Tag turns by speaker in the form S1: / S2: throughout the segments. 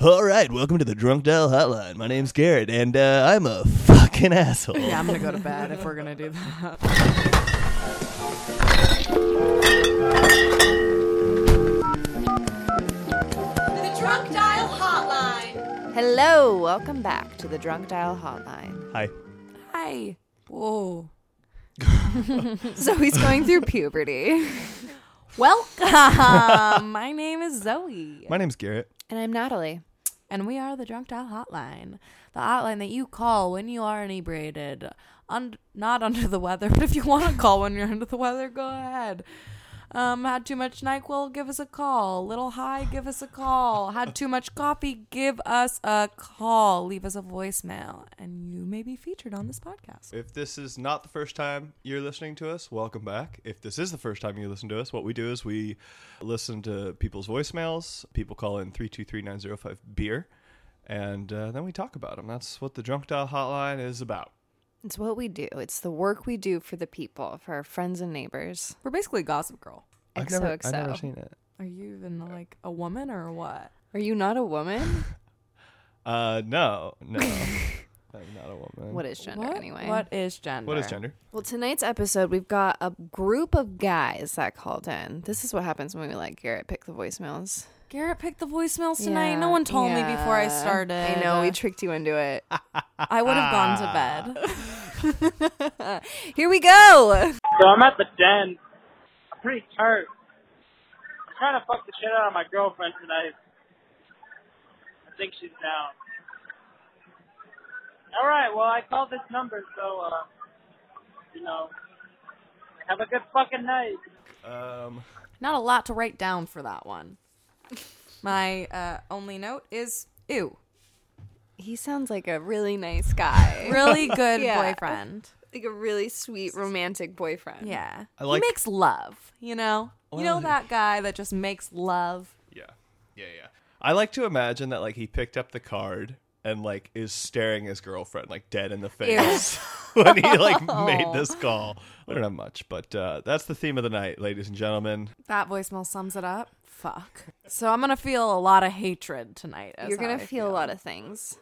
S1: All right, welcome to the Drunk Dial Hotline. My name's Garrett, and uh, I'm a fucking asshole.
S2: Yeah, I'm gonna go to bed if we're gonna do that.
S3: The Drunk Dial Hotline.
S2: Hello, welcome back to the Drunk Dial Hotline.
S1: Hi.
S2: Hi.
S3: Whoa.
S2: Zoe's going through puberty,
S3: Welcome. My name is Zoe,
S1: My name's Garrett.
S2: and I'm Natalie.
S3: and we are the Drunk Dial Hotline, the hotline that you call when you are inebriated, un- not under the weather. But if you want to call when you're under the weather, go ahead. Um, had too much Nyquil, give us a call. Little high, give us a call. Had too much coffee, give us a call. Leave us a voicemail, and you may be featured on this podcast.
S1: If this is not the first time you're listening to us, welcome back. If this is the first time you listen to us, what we do is we listen to people's voicemails. People call in 323 beer, and uh, then we talk about them. That's what the Drunk Dial Hotline is about.
S2: It's what we do. It's the work we do for the people, for our friends and neighbors.
S3: We're basically Gossip Girl.
S1: I've never, I've never
S2: XOXO.
S1: seen it.
S3: Are you even like a woman or what?
S2: Are you not a woman?
S1: Uh, no, no. I'm not a woman.
S2: What is gender
S3: what?
S2: anyway?
S3: What is gender?
S1: What is gender?
S2: Well, tonight's episode, we've got a group of guys that called in. This is what happens when we let Garrett pick the voicemails.
S3: Garrett picked the voicemails tonight.
S2: Yeah,
S3: no one told me before I
S2: yeah.
S3: started.
S2: I know, we Ah. tricked you into it.
S3: I would have gone to bed.
S2: Here we go.
S4: So I'm at the den. I'm pretty hurt. I'm trying to fuck the shit out of my girlfriend tonight. I think she's down. All right. Well, I called this number, so uh, you know, have a good fucking night.
S1: Um,
S3: Not a lot to write down for that one. My uh, only note is ew.
S2: He sounds like a really nice guy.
S3: Really good
S2: Yeah.
S3: boyfriend.
S2: like a really sweet romantic boyfriend.
S3: Yeah.
S1: I like-
S3: he makes love, you know? you know
S1: Well-
S3: that guy that just makes love?
S1: Yeah. Yeah, yeah. I like to imagine that like he picked up the card and like is staring his girlfriend like dead in the face when he like made this call. I don't have much, but uh, that's the theme of the night, ladies and gentlemen.
S3: That voicemail sums it up. Fuck. So I'm going to feel a lot of hatred tonight. is
S2: You're
S3: how
S2: going
S3: I
S2: to feel a lot of things.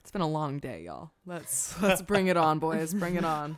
S3: It's been a long day, y'all. Let's let's bring it on, boys. Bring it on.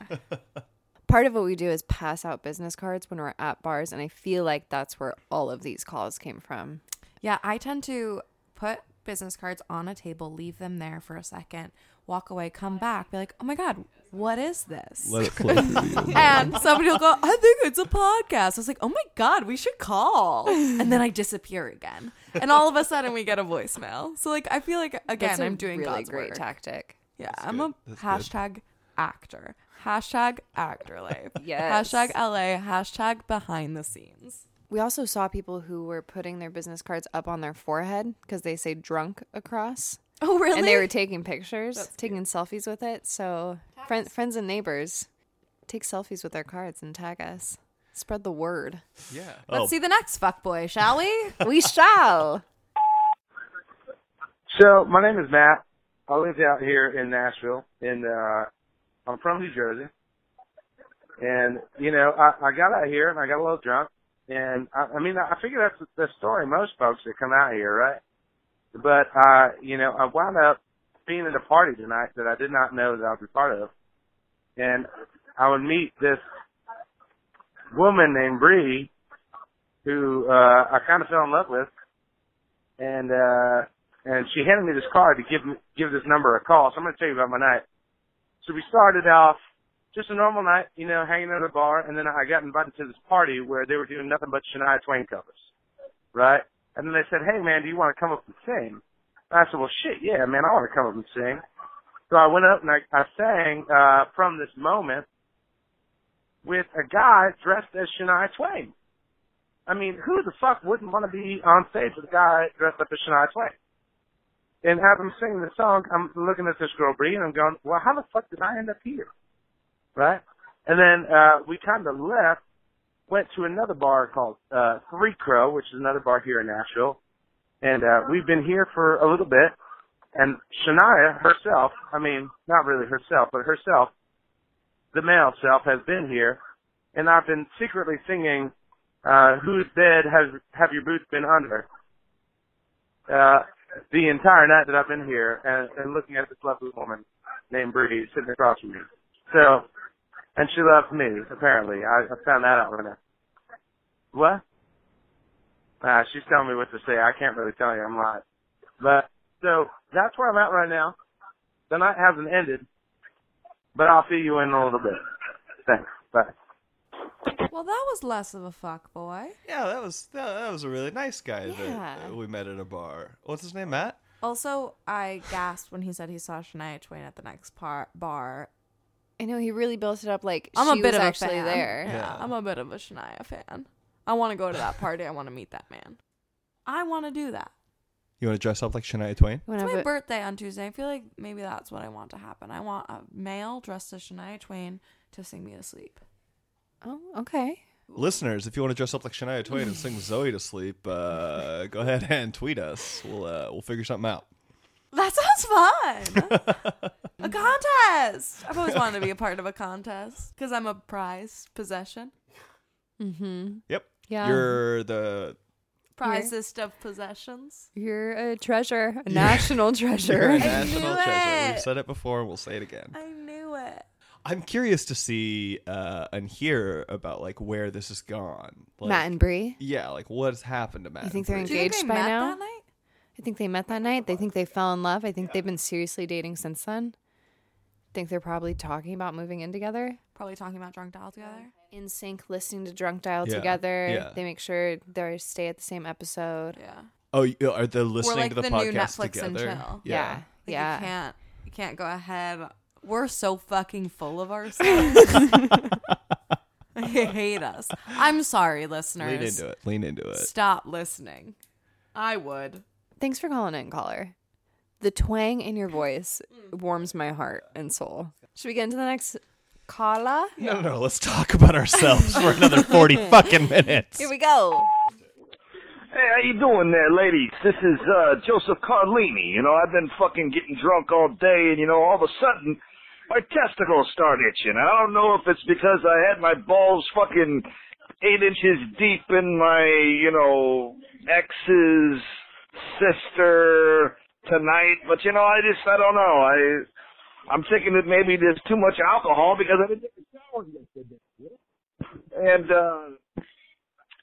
S2: Part of what we do is pass out business cards when we're at bars, and I feel like that's where all of these calls came from.
S3: Yeah, I tend to put business cards on a table, leave them there for a second, walk away, come back, be like, "Oh my god, what is this?"
S1: Let it flow through you.
S3: and somebody will go, "I think it's a podcast." I was like, "Oh my god, we should call," and then I disappear again, and all of a sudden we get a voicemail. So like, I feel like again,
S2: That's a
S3: I'm doing
S2: really
S3: God's
S2: great
S3: work.
S2: tactic.
S3: Yeah, I'm a
S1: good. That's good.
S3: hashtag actor. Hashtag actor life.
S2: Yes.
S3: Hashtag LA. Hashtag behind the scenes.
S2: We also saw people who were putting their business cards up on their forehead because they say drunk across.
S3: Oh really?
S2: And they were taking pictures, taking selfies with it. So, friend, friends and neighbors take selfies with their cards and tag us. Spread the word.
S1: Yeah.
S3: Let's
S1: Oh,
S3: see the next fuckboy, shall we?
S2: we shall.
S5: So my name is Matt. I live out here in Nashville, and uh, I'm from New Jersey. And you know, I, I got out here and I got a little drunk, and I, I mean, I figure that's the story of most folks that come out here, right? But uh, you know, I wound up being at a party tonight that I did not know that I'd be part of, and I would meet this woman named Bree, who uh, I kind of fell in love with, and uh and she handed me this card to give me, give this number a call. So I'm going to tell you about my night. So we started off just a normal night, you know, hanging out at a bar, and then I got invited to this party where they were doing nothing but Shania Twain covers, right? And then they said, "Hey man, do you want to come up and sing?" And I said, "Well, shit, yeah, man, I want to come up and sing." So I went up and I, I sang uh, from this moment with a guy dressed as Shania Twain. I mean, who the fuck wouldn't want to be on stage with a guy dressed up as Shania Twain? and as I'm singing the song, I'm looking at this girl Bree, and I'm going, "Well, how the fuck did I end up here?" Right? And then uh, we kind of left, went to another bar called uh, Three Crow, which is another bar here in Nashville, and uh, we've been here for a little bit. And Shania herself, I mean, not really herself, but herself, the male self, has been here, and I've been secretly singing, uh, "Whose bed has have your boots been under?" uh, the entire night that I've been here and, and looking at this lovely woman named Bree sitting across from me. So, and she loves me, apparently. I, I found that out right now. What? Uh, she's telling me what to say. I can't really tell you. I'm not. But, so, that's where I'm at right now. The night hasn't ended, but I'll fill you in a little bit. Thanks. Bye.
S3: Well, that was less of a fuck boy.
S1: Yeah, that was that, that was a really nice guy
S2: Yeah.
S1: that uh, we met at a bar. What's his name, Matt?
S3: Also, I gasped when he said he saw Shania Twain at the next par- bar.
S2: I know he really built it up like
S3: I'm
S2: she
S3: a bit
S2: was
S3: of
S2: actually
S3: a fan.
S2: there.
S3: Yeah,
S1: Yeah.
S3: I'm a bit of a Shania fan. I want to go to that party. I want to meet that man. I want to do that.
S1: You want to dress up like Shania Twain?
S2: When
S3: It's
S2: I
S3: my
S2: wa-
S3: birthday on Tuesday. I feel like maybe that's what I want to happen. I want a male dressed as Shania Twain to sing me to sleep.
S2: oh, okay.
S1: Listeners, if you want to dress up like Shania Twain and sing Zoe to sleep, uh, go ahead and tweet us. We'll uh, we'll figure something out.
S3: That sounds fun. a contest. I've always wanted to be a part of a contest because I'm a prize possession.
S1: Yep.
S2: Yeah.
S1: You're the
S3: Prizest of possessions.
S2: You're a treasure, a national
S1: you're a
S2: treasure.
S1: national
S3: knew
S1: treasure. We've
S3: it.
S1: said it before, and we'll say it again.
S3: I knew it.
S1: I'm curious to see uh, and hear about like where this has gone. Like,
S2: Matt and Bree.
S1: yeah, like what has happened to Matt?
S2: You think
S1: and
S2: they're
S1: Bree?
S3: Do you think
S2: Engaged
S3: they
S2: by
S3: met
S2: now?
S3: that night?
S2: I think they met that night. They think they fell in love. I think they've been seriously dating since then. Think they're probably talking about moving in together.
S3: Probably talking about drunk doll together.
S2: In sync, listening to Drunk Dial
S1: Yeah,
S2: together.
S1: yeah.
S2: They make sure they stay at the same episode.
S3: Yeah.
S1: Oh, you- are they listening
S3: like
S1: to the,
S3: the new
S1: podcast
S3: Netflix and
S1: together?
S3: chill.
S2: Yeah.
S3: Like,
S2: yeah.
S3: You can't. You can't go ahead. We're so fucking full of ourselves. I hate us. I'm sorry, listeners.
S1: Lean into it. Lean into it.
S3: Stop listening. I would.
S2: Thanks for calling in, caller. The twang in your voice warms my heart and soul. Mm. Should we get into the next caller?
S1: No, no, no. Let's talk about ourselves for another 40 fucking minutes.
S2: Here we go.
S6: Hey, how you doing there, ladies? This is uh Joseph Carlini. You know, I've been fucking getting drunk all day and you know, all of a sudden my testicles start itching. I don't know if it's because I had my balls fucking eight inches deep in my, you know, ex's sister tonight, but you know, I just I don't know. I I'm thinking that maybe there's too much alcohol because I didn't take a shower yesterday. And uh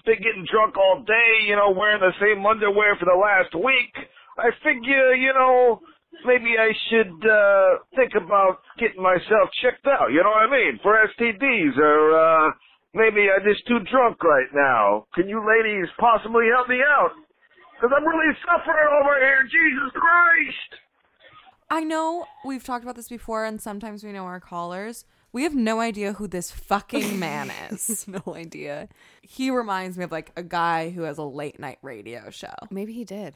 S6: been getting drunk all day, you know, wearing the same underwear for the last week. I figure, you know, maybe I should uh think about getting myself checked out, you know what I mean? For STDs or uh maybe I'm just too drunk right now. Can you ladies possibly help me out? Cuz I'm really suffering over here, Jesus Christ.
S3: I know we've talked about this before, and sometimes we know our callers. We have no idea who this fucking man is.
S2: No idea.
S3: he reminds me of like a guy who has a late night radio show.
S2: Maybe he did.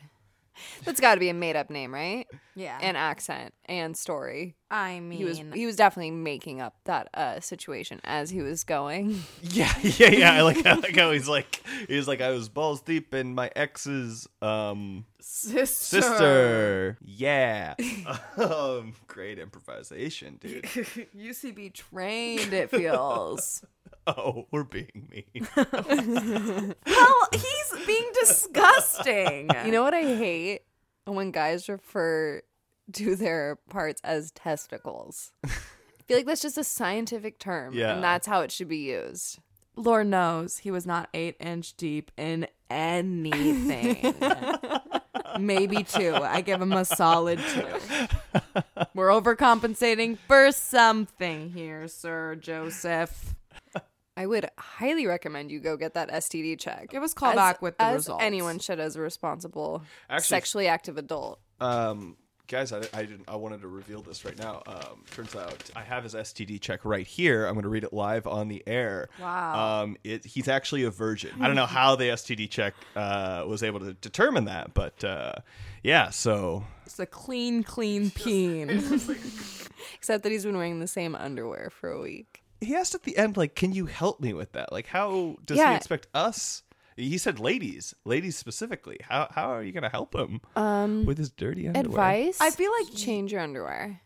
S2: That's got to be a made up name, right?
S3: Yeah.
S2: And accent and story.
S3: I mean,
S2: He was he was definitely making up that uh, situation as he was going.
S1: Yeah, yeah, yeah. I like, I like how he's like, he's like, I was balls deep in my ex's um
S3: sister.
S1: sister. Yeah. um, great improvisation, dude.
S3: UCB trained, it feels.
S1: Oh, we're being mean.
S3: well, he's being disgusting.
S2: You know what I hate when guys refer to their parts as testicles. I feel like that's just a scientific term,
S1: Yeah.
S2: and that's how it should be used.
S3: Lord knows he was not eight inch deep in anything. Maybe two. I give him a solid two. We're overcompensating for something here, Sir Joseph.
S2: I would highly recommend you go get that STD check.
S3: Give us call
S2: As-
S3: back with the
S2: as
S3: results.
S2: Anyone should, as a responsible,
S1: Actually-
S2: sexually active adult.
S1: Um, guys, I, I didn't. I wanted to reveal this right now. Um, turns out I have his STD check right here. I'm going to read it live on the air.
S3: Wow.
S1: Um, it, he's actually a virgin. I don't know how the STD check uh, was able to determine that, but uh, yeah. So
S3: It's a clean, clean peen.
S2: Except that he's been wearing the same underwear for a week.
S1: he asked at the end, like, "Can you help me with that? Like, how does
S2: Yeah.
S1: he expect us?" He said, "Ladies, ladies specifically. How how are you going to help him with his dirty underwear?"
S2: Advice?
S3: I feel like
S2: change your underwear.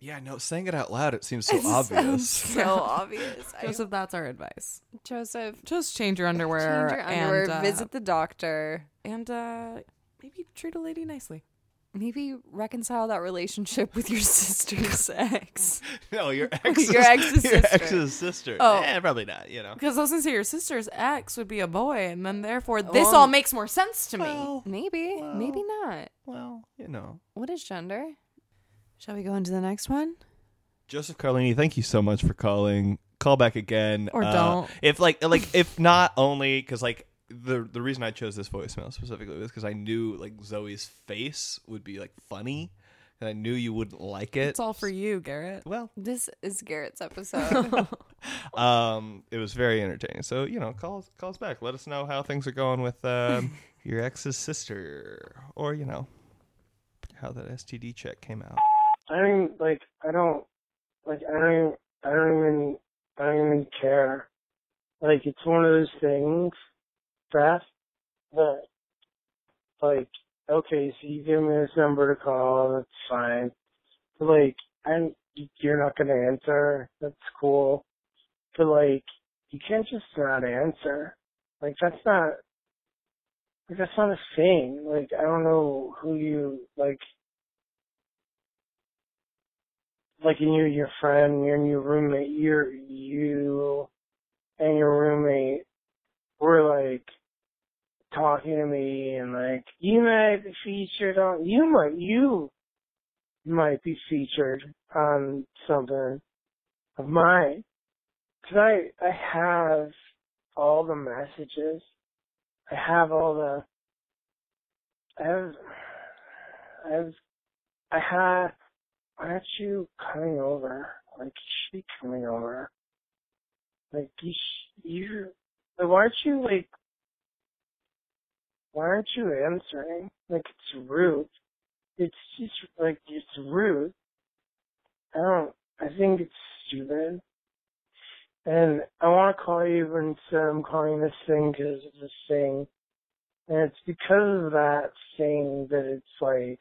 S1: Yeah, no. Saying it out loud, it seems so obvious.
S2: So obvious. I-
S3: Joseph, that's our advice.
S2: Joseph,
S3: Just change your underwear.
S2: change your underwear.
S3: And, uh,
S2: visit the doctor.
S3: and uh, maybe treat a lady nicely.
S2: Maybe reconcile that relationship with your sister's ex.
S1: No, your ex's,
S2: Your ex's
S1: your
S2: sister.
S1: ex's sister.
S3: Oh.
S1: Eh, probably not. You know.
S3: Because I was gonna say your sister's ex would be a boy, and then therefore this
S2: Well,
S3: all makes more sense to me.
S1: Well,
S2: Maybe, maybe not.
S1: well, you know.
S2: What is gender? Shall we go into the next one?
S1: Joseph Carlini, thank you so much for calling. Call back again,
S3: Or
S1: Uh,
S3: don't.
S1: If like, like if not only because like the the reason I chose this voicemail specifically was because I knew like Zoe's face would be like funny, and I knew you wouldn't like it.
S3: it's all for you, Garrett.
S1: well,
S2: This is Garrett's episode.
S1: um, it was very entertaining. So you know, call call us back. Let us know how things are going with um, your ex's sister, or you know, how that STD check came out.
S5: I don't like. I don't like. I don't. I don't even. I don't even care. Like it's one of those things, Beth, that like okay, so you give me this number to call. That's fine. But like, I'm you're not gonna answer. That's cool. But like, you can't just not answer. Like that's not. Like that's not a thing. Like I don't know who you like. like you, your friend, you and your roommate, your you and your roommate were like talking to me and like you might be featured on you might you might be featured on something of mine. 'Cause I I have all the messages. I have all the I have I have I have why aren't you coming over? Like, you should be coming over. Like, you, sh- you, like, why aren't you, like, why aren't you answering? Like, it's rude. It's just, like, it's rude. I don't, I think it's stupid. And I want to call you, but instead I'm calling this thing because it's this thing. And it's because of that thing that it's like,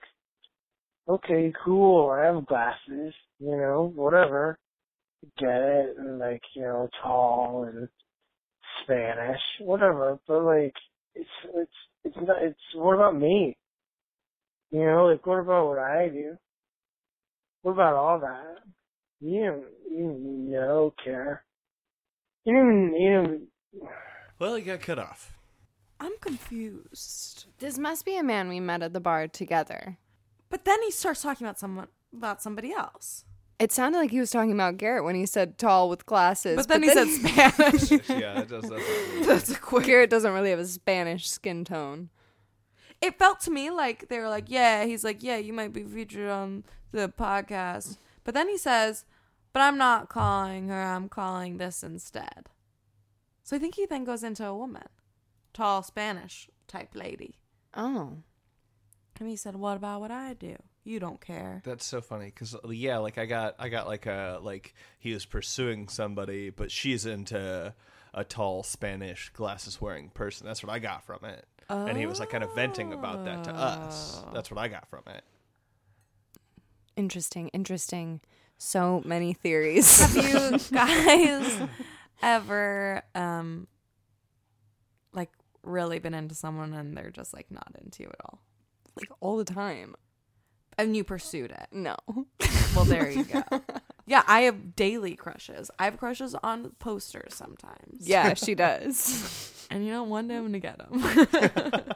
S5: okay, cool, I have glasses, you know, whatever. Get it, and like, you know, tall and Spanish, whatever. But like, it's, it's, it's not, it's, what about me? You know, like, what about what I do? What about all that? You don't, you don't care. You don't, you don't,
S1: Well, you got cut off.
S3: I'm confused.
S2: this must be a man we met at the bar together.
S3: But then he starts talking about someone about somebody else.
S2: It sounded like he was talking about Garrett when he said tall with glasses.
S3: But then he said Spanish.
S1: Yeah, it does. That's
S3: That's a quick.
S2: Garrett doesn't really have a Spanish skin tone.
S3: It felt to me like they were like, yeah, he's like, yeah, you might be featured on the podcast. But then he says, but I'm not calling her. I'm calling this instead. So I think he then goes into a woman, tall Spanish type lady.
S2: Oh.
S3: And he said, what about what I do? You don't care.
S1: That's so funny because yeah, like I got I got like a like he was pursuing somebody, but she's into a tall Spanish glasses wearing person. That's what I got from it. And he was like kind of venting about that to us.
S2: Oh.
S1: That's what I got from it.
S2: Interesting, interesting. So many theories.
S3: have you guys ever um like really been into someone and they're just like not into you at all
S2: like all the time.
S3: and you pursued it
S2: No.
S3: well there you go yeah i have daily crushes i have crushes on posters sometimes
S2: Yeah, she does.
S3: and you know one day i'm gonna get them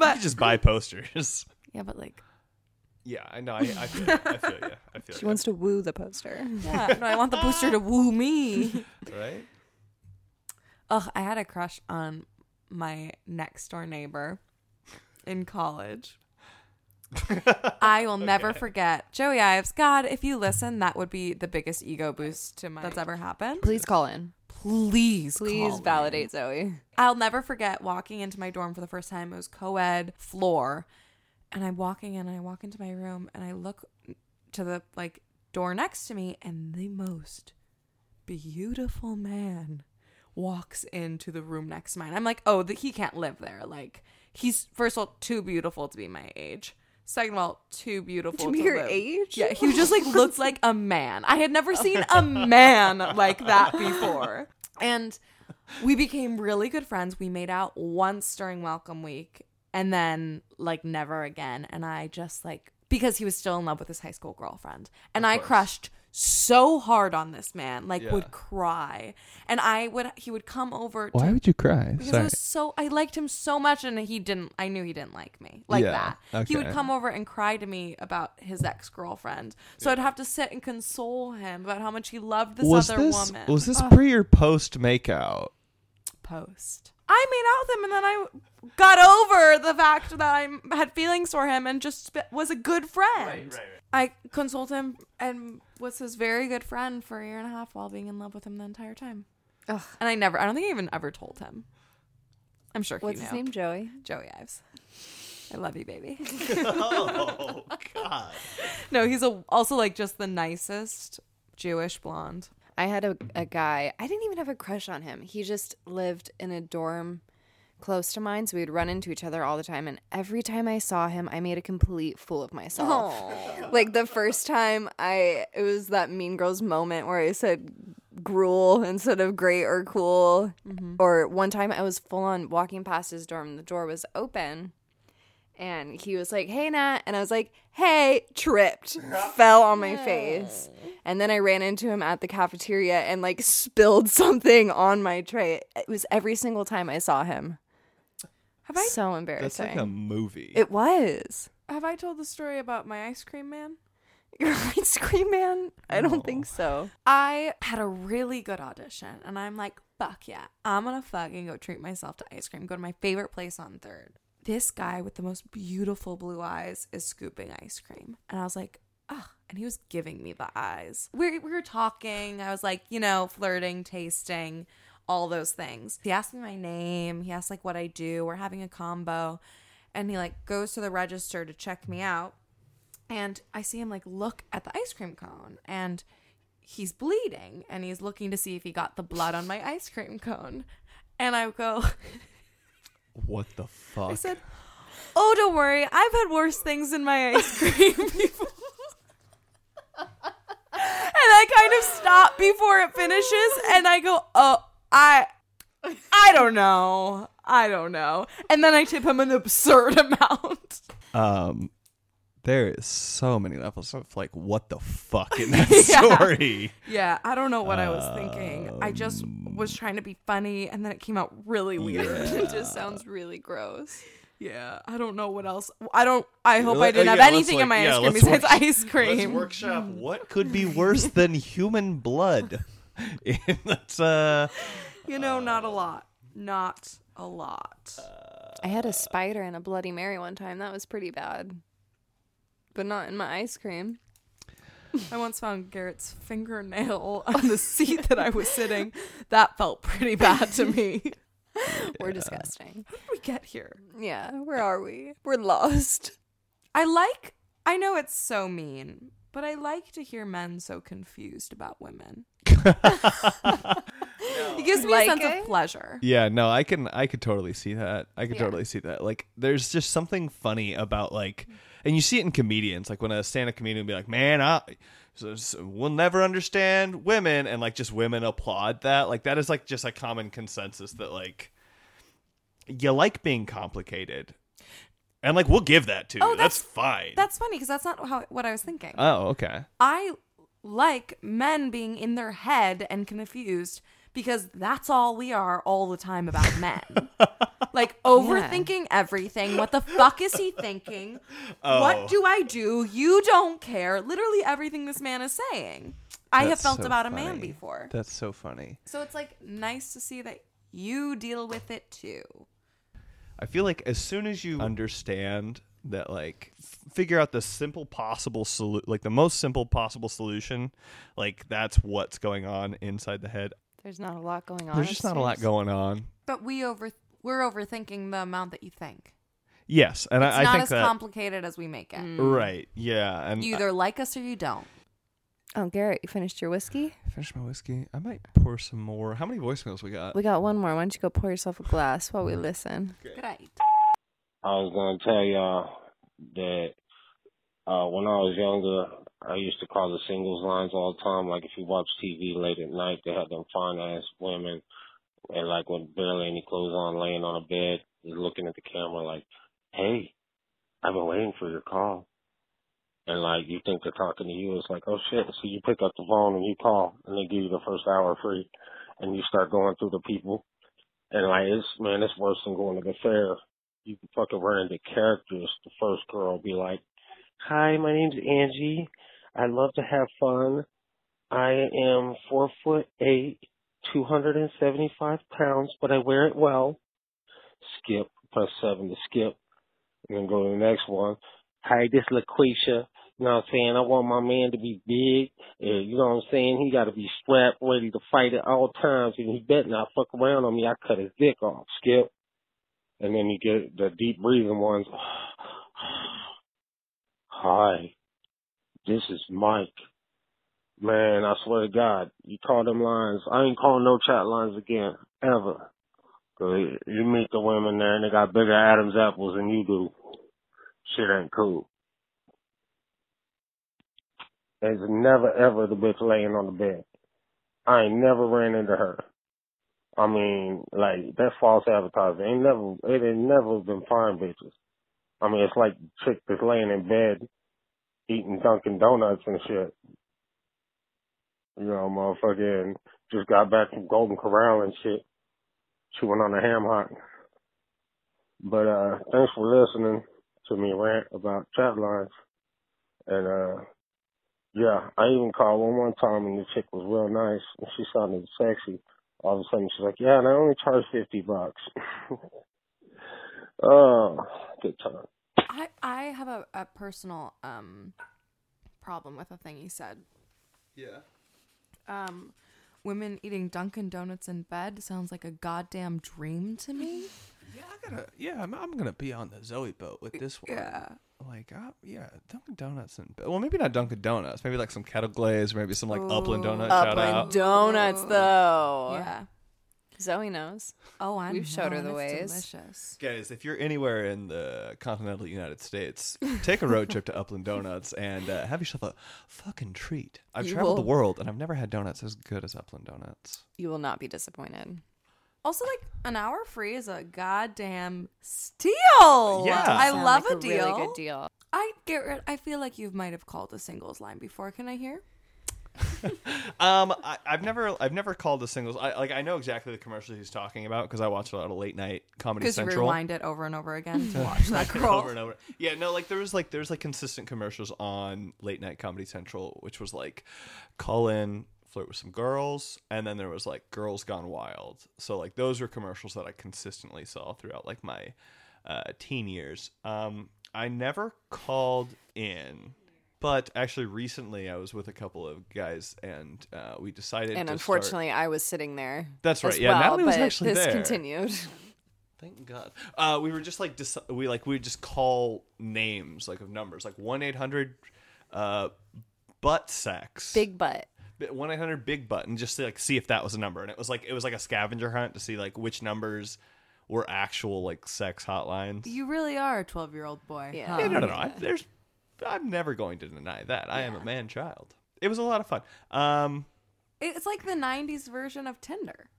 S2: Uh,
S1: You just buy posters.
S3: yeah but like
S1: yeah, I know. I, I feel. You. I feel you. I feel
S2: she
S1: you.
S2: wants to woo the poster.
S3: yeah no i want the poster to woo me
S1: right.
S3: Ugh, I had a crush on my next door neighbor in college. I will never forget Joey Ives. God, if you listen, that would be the biggest ego boost to my that's ever happened.
S2: Please call in.
S3: Please,
S2: Please
S3: call me.
S2: validate Zoe.
S3: I'll never forget walking into my dorm for the first time. It was co ed floor. And I'm walking in, and I walk into my room, and I look to the like door next to me, and the most beautiful man walks into the room next to mine. I'm like, oh, the, he can't live there. Like, he's, first of all, too beautiful to be my age. Second of all, too beautiful
S2: To
S3: to
S2: be your
S3: live.
S2: age?
S3: Yeah, he just like looked like a man. I had never seen a man like that before. And we became really good friends. We made out once during welcome week and then like never again. And I just like because he was still in love with his high school girlfriend, and I
S1: course.
S3: crushed so hard on this man, like
S1: Yeah.
S3: would cry, and I would he would come over. to
S7: Why would you cry?
S3: because it
S7: Sorry.
S3: was so I liked him so much and he didn't I knew he didn't like me like
S7: Yeah,
S3: that. He would
S7: okay.
S3: come over and cry to me about his ex-girlfriend. So I'd have to sit and console him about how much he loved this
S1: was
S3: other
S1: this
S3: woman.
S1: was this
S7: Ah.
S3: Ugh,
S1: pre or post makeout?
S3: post? I made out with him and then I got over the fact that I had feelings for him and just sp- was a good friend. I consoled him and was his very good friend for a year and a half while being in love with him the entire time.
S2: Ugh.
S3: And I never I don't think I even ever told him. I'm sure he
S2: What's
S3: knew.
S2: his name? Joey.
S3: Joey Ives. I love you, baby.
S1: oh God!
S3: no, he's a, also like just the nicest Jewish blonde.
S2: I had a, a guy. I didn't even have a crush on him. He just lived in a dorm close to mine, so we would run into each other all the time. And every time I saw him, I made a complete fool of myself. Like the first time, I it was that Mean Girls moment where I said gruel instead of great or cool. Or one time, I was full on walking past his dorm, and the door was open. And he was like, "Hey, Nat," and I was like, "Hey!" Tripped, fell on my face, and then I ran into him at the cafeteria and like spilled something on my tray. It was every single time I saw him.
S3: Have I
S2: so
S1: That's
S2: embarrassing.
S1: like a movie.
S2: it was
S3: have I told the story about my ice cream man?
S2: your ice cream man. I don't think so.
S3: I had a really good audition, and I'm like, fuck yeah, I'm gonna fucking go treat myself to ice cream. Go to my favorite place on Third. This guy with the most beautiful blue eyes is scooping ice cream, and I was like. Ah, and he was giving me the eyes. We, we were talking. I was like, you know, flirting, tasting, all those things. He asked me my name. He asked like what I do. We're having a combo, and he like goes to the register to check me out. And I see him like look at the ice cream cone and he's bleeding and he's looking to see if he got the blood on my ice cream cone. And I go,
S1: what the fuck?
S3: I said, Oh, don't worry. I've had worse things in my ice cream before. and I kind of stop before it finishes and I go, Oh, I, I don't know. I don't know. And then I tip him an absurd amount.
S1: um, there is so many levels of like, what the fuck in that story?
S3: Yeah, I don't know what I was thinking. I just was trying to be funny, and then it came out really weird. it just sounds really gross. Yeah, I don't know what else. I don't. I hope
S1: Let-
S3: I didn't
S1: oh,
S3: have
S1: yeah,
S3: anything
S1: let's,
S3: in my
S1: like-
S3: ice
S1: yeah,
S3: cream
S1: let's
S3: besides
S1: work-
S3: ice
S1: Let's
S3: cream.
S1: workshop what could be worse than human blood. That's uh,
S3: You know, not a lot. Not a lot.
S1: uh.
S2: I had a spider and a Bloody Mary one time. That was pretty bad, but not in my ice cream.
S3: I once found Garrett's fingernail on the seat that I was sitting. That felt pretty bad to me. How
S2: We're disgusting.
S3: did we get here?
S2: Yeah, where are we? We're lost.
S3: I like. I know it's so mean, but I like to hear men so confused about women. It gives me
S2: Like
S3: a sense
S2: it?
S3: of pleasure.
S1: yeah, no, I can, I could totally see that. I could totally see that. Like, there's just something funny about like, and you see it in comedians. Like when a stand-up comedian will be like, "Man, I." So, so we'll never understand women and like just women applaud that like that is like just a common consensus that like you like being complicated and like we'll give that to you that's,
S3: Oh, that's-
S1: fine
S3: That's funny because that's not how what I was thinking.
S1: oh okay
S3: I like men being in their head and confused because that's all we are all the time about men. like overthinking everything. What the fuck is he thinking?
S1: Oh.
S3: What do I do? You don't care. Literally everything this man is saying. I have
S1: That's
S3: felt
S1: so
S3: about a man
S1: funny.
S3: before.
S1: that's so funny
S3: So it's like nice to see that you deal with it too.
S1: I feel like as soon as you understand that, like, f- figure out the simple possible solution, like the most simple possible solution, like that's what's going on inside the head.
S2: There's not a lot going on.
S1: There's just not a lot
S2: upstairs.
S1: going on.
S3: But we over we're overthinking the amount that you think.
S1: Yes, and
S3: It's
S1: I, I
S3: not
S1: think
S3: as
S1: that Mm.
S3: complicated as we make it.
S1: right. Yeah, and
S3: You either like us or you don't.
S2: Oh, Garrett, you finished your whiskey?
S1: I finished my whiskey. I might pour some more. How many voicemails we got?
S2: We got one more. Why don't you go pour yourself a glass while
S1: Mm.
S2: we listen?
S3: Great.
S8: I was gonna tell y'all that uh when I was younger I used to call the singles lines all the time. Like if you watch TV late at night, they had them fine ass women, and like with barely any clothes on, laying on a bed, just looking at the camera, like, hey, I've been waiting for your call. And like you think they're talking to you, it's like, oh shit. So you pick up the phone and you call, and they give you the first hour free, and you start going through the people, and like it's man, it's worse than going to the fair. You can fucking run into characters. The first girl will be like, hi, my name's Angie. I love to have fun. I am four foot eight, two hundred and seventy five pounds, but I wear it well. Skip, press seven to skip, and then go to the next one. Hi, this LaQuisha. You know what I'm saying? I want my man to be big. Uh, you know what I'm saying? He got to be strapped, ready to fight at all times. And he bet not fuck around on me. I cut his dick off. Skip. And then you get the deep breathing ones. Hi, this is Mike. Man, I swear to God, you call them lines. I ain't calling no chat lines again, ever. 'Cause you meet the women there and they got bigger Adam's apples than you do. Shit ain't cool. There's never ever the bitch laying on the bed. I ain't never ran into her. I mean, like that's false advertising. Ain't never it ain't never been fine bitches. I mean, it's like chick that's laying in bed eating Dunkin' Donuts and shit. You know, motherfucking just got back from Golden Corral and shit. She went on a ham hock. But uh thanks for listening to me rant about chat lines. And uh yeah, I even called one one time and the chick was real nice and she sounded sexy. All of a sudden she's like, Yeah, and I only charge fifty bucks. oh, good time.
S3: I I have a, a personal um problem with a thing you said.
S1: Yeah.
S3: Um, women eating Dunkin' Donuts in bed sounds like a goddamn dream to me.
S1: Yeah, I gotta. Yeah, I'm, I'm gonna be on the Zoe boat with this one.
S3: Yeah.
S1: Like, uh, yeah, Dunkin' Donuts and well, maybe not Dunkin' Donuts. Maybe like some kettle glaze, or maybe some like Upland Donut. shout out.
S2: Upland donuts, though.
S3: Yeah.
S2: Zoe knows.
S3: Oh, I
S2: We've showed her
S3: know,
S2: the
S3: and it's
S2: ways.
S3: Delicious.
S1: Guys, if you're anywhere in the continental United States, take a road trip to Upland Donuts and uh, have yourself a fucking treat. I've
S2: You
S1: traveled the
S2: will.
S1: world and I've never had donuts as good as Upland Donuts.
S2: You will not be disappointed.
S3: Also, like an hour free is a goddamn steal.
S1: Yeah.
S3: I
S2: Sound
S3: love
S2: like
S3: a deal.
S2: Really good deal.
S3: I Garrett, I feel like you might have called a singles line before. Can I hear?
S1: Um, I, I've never, I've never called the singles. I like, I know exactly the commercials he's talking about because I watch a lot of late night comedy
S3: Because you
S1: Central.
S3: rewind it over and over again to watch that girl.
S1: over and over. Yeah, no, like there was like there was like consistent commercials on late night Comedy Central, which was like call in, flirt with some girls, and then there was like Girls Gone Wild. So like those were commercials that I consistently saw throughout like my uh, teen years. Um, I never called in. But actually, recently I was with a couple of guys, and uh, we decided.
S2: And
S1: to start-
S2: unfortunately, I was sitting there.
S1: That's right.
S2: as
S1: Yeah,
S2: well,
S1: Natalie was
S2: but
S1: actually
S2: this
S1: there.
S2: continued.
S1: Thank God. Uh, we were just like dis- we like we would just call names like of numbers like one eight hundred, uh, butt sex
S2: Big butt.
S1: one eight hundred big butt and just to, like see if that was a number and it was like it was like a scavenger hunt to see like which numbers were actual like sex hotlines.
S3: You really are a twelve-year-old boy.
S2: Yeah.
S1: Yeah, no, no, no. I, there's, I'm never going to deny that. I am a man child. It was a lot of fun. Um,
S3: It's like the 90s version of Tinder.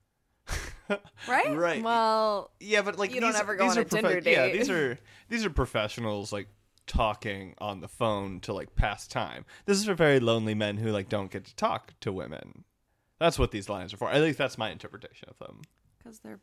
S3: right?
S1: right.
S2: Well,
S1: Yeah, but like
S2: You don't
S1: these-
S2: ever go
S1: these
S2: on
S1: are
S2: a Tinder
S1: Yeah,
S2: date.
S1: these are these are professionals like talking on the phone to like pass time. This is for very lonely men who like don't get to talk to women. That's what these lines are for. At least that's my interpretation of them.
S3: Because they're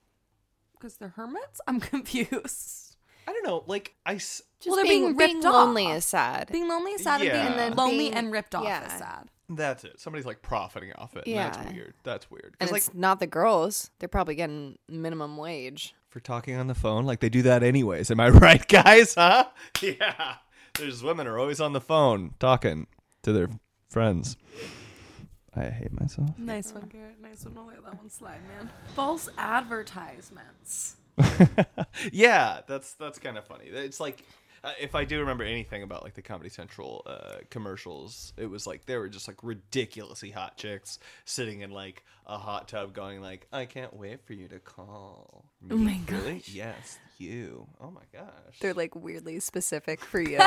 S3: because they're hermits? I'm confused.
S1: I don't know. Like I, s-
S2: just
S3: they're being
S2: being, being
S3: ripped
S2: lonely
S3: off.
S2: is sad.
S3: Being lonely is sad
S1: Yeah.
S3: and
S1: And
S3: being
S1: then
S3: lonely
S2: being-
S3: and ripped off
S2: yeah.
S3: is sad.
S1: that's it. Somebody's like profiting off it. And
S2: Yeah.
S1: that's weird. That's weird.
S2: and
S1: Because like
S2: it's not the girls. They're probably getting minimum wage.
S1: for talking on the phone, like they do that anyways. Am I right, guys? Huh? Yeah. There's women are always on the phone talking to their friends. I hate myself.
S3: Nice one, Garrett. Nice one. Don't let that one slide, man. False advertisements.
S1: yeah, that's that's kind of funny. It's like uh, if I do remember anything about like the Comedy Central uh, commercials, it was like they were just like ridiculously hot chicks sitting in like a hot tub, going like, "I can't wait for you to call." Me. Oh my gosh! Really? Yes, you. Oh my gosh!
S2: They're like weirdly specific for you.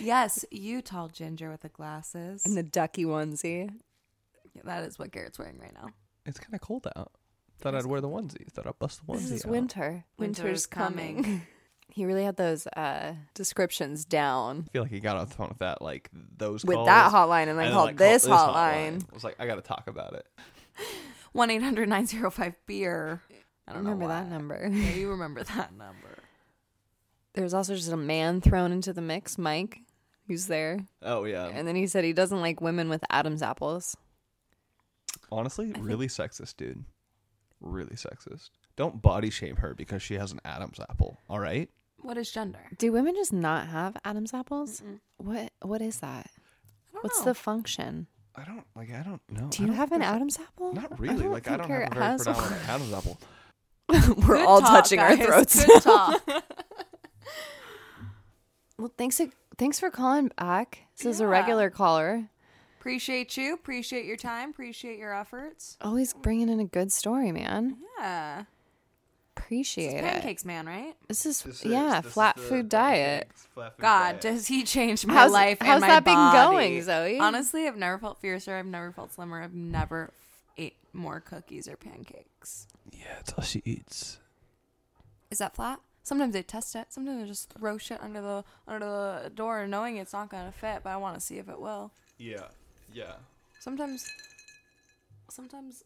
S3: Yes, you tall ginger with the glasses.
S2: and the ducky onesie.
S3: Yeah, that is what Garrett's wearing right now.
S1: it's kind of uh, cold out. Thought I'd wear the onesie. Thought I'd bust the onesie.
S2: This is winter.
S3: Winter's coming.
S2: He really had those uh, descriptions down
S1: feel like he got on the phone with that, like those
S2: with
S1: calls,
S2: that hotline and
S1: and
S2: then
S1: then,
S2: called
S1: like, call
S2: this hotline.
S1: I was like, I got to talk about it.
S3: 1 800 905 beer. I
S2: I
S3: don't
S2: remember
S3: know
S2: that
S3: why.
S2: number.
S3: Yeah, you remember that number.
S2: There was also just a man thrown into the mix, Mike, who's there.
S1: Oh yeah,
S2: And then he said he doesn't like women with Adam's apples.
S1: honestly, really sexist, dude. Really sexist. Don't body shame her because she has an Adam's apple. All right,
S3: What is gender?
S2: Do women just not have Adam's apples? What What is that? What's the function?
S1: I don't like. I don't know.
S2: Do
S1: I
S2: you
S1: don't
S2: have an
S1: think there's-
S2: Adam's apple?
S1: Not really. like I
S2: think
S1: don't have a
S2: there
S1: very
S2: has one.
S1: predominant Adam's apple.
S2: We're
S3: Good
S2: all
S3: talk,
S2: touching our
S3: guys.
S2: throats.
S3: Good talk.
S2: Well, thanks. Thanks for calling back. This is a regular caller.
S3: appreciate you. Appreciate your time. Appreciate your efforts.
S2: Always bringing in a good story, man.
S3: Yeah.
S2: Appreciate it.
S3: Pancakes, man, right?
S2: This is yeah, flat food diet.
S3: God, does he change my
S2: How's-
S3: life? and
S2: how's
S3: my
S2: that been
S3: body?
S2: going, Zoe?
S3: Honestly, I've never felt fiercer. I've never felt slimmer. I've never f- ate more cookies or pancakes.
S1: Yeah, it's all she eats.
S3: Is that flat? Sometimes they test it. Sometimes they just throw shit under the under the door, knowing it's not gonna fit. But I want to see if it will.
S1: Yeah, yeah.
S3: Sometimes, sometimes,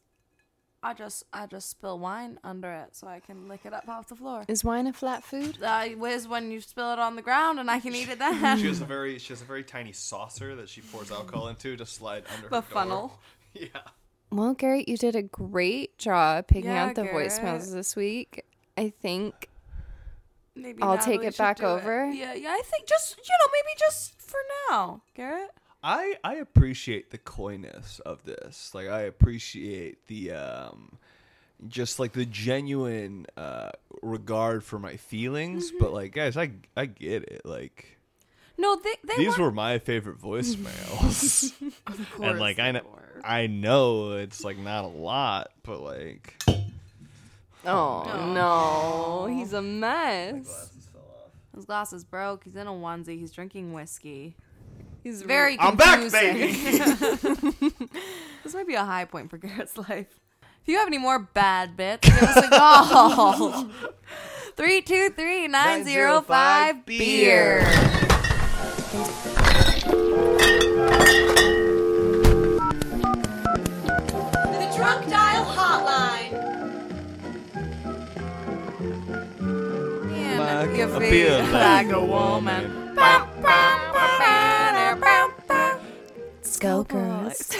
S3: I just I just spill wine under it so I can lick it up off the floor.
S2: Is wine a flat food?
S3: That is when you spill it on the ground and I can eat it then.
S1: She has a very she has a very tiny saucer that she pours alcohol into to slide under
S3: The funnel.
S1: Yeah.
S2: Well, Garrett, you did a great job picking
S3: Yeah,
S2: out the
S3: Garrett.
S2: voicemails this week. I think
S3: Maybe
S2: I'll
S3: Natalie
S2: take it
S3: should
S2: back
S3: do
S2: over.
S3: Yeah, yeah. I think just you know maybe just for now, Garrett.
S1: I I appreciate the coyness of this. Like I appreciate the um just like the genuine uh regard for my feelings, but
S3: Mm-hmm.
S1: like guys, I I get it. Like
S3: No, they they
S1: these
S3: were,
S1: were my favorite voicemails.
S3: of course
S1: and like I
S3: they
S1: know
S3: were.
S1: I know it's like not a lot, but like
S2: Oh no, he's a mess.
S3: His glass is broke. He's in a onesie. He's drinking whiskey.
S2: He's
S3: Very.
S1: I'm back,
S3: confusing. this might be a high point for Garrett's life. If you have any more bad bits, give us a call. Three two three nine zero five beer.
S7: The Drunk Dial Hotline.
S3: And
S1: Like
S3: you
S1: a
S3: feel
S1: beer,
S3: like
S1: like
S3: a
S1: a
S3: woman. Bum, bum, bum, bum, bum, bum.
S2: Let's go, girls.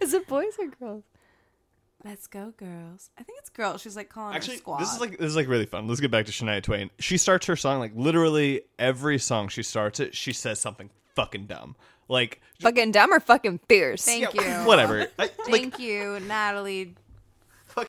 S2: Is it boys or girls?
S3: Let's go, girls. I think it's girls. She's like calling
S1: Actually,
S3: her squad.
S1: this is like this is like really fun. Let's get back to Shania Twain. She starts her song like literally every song she starts it. She says something fucking dumb, like
S2: Fucking dumb or fucking fierce?
S3: Thank you.
S1: whatever. I, like
S3: Thank you, Natalie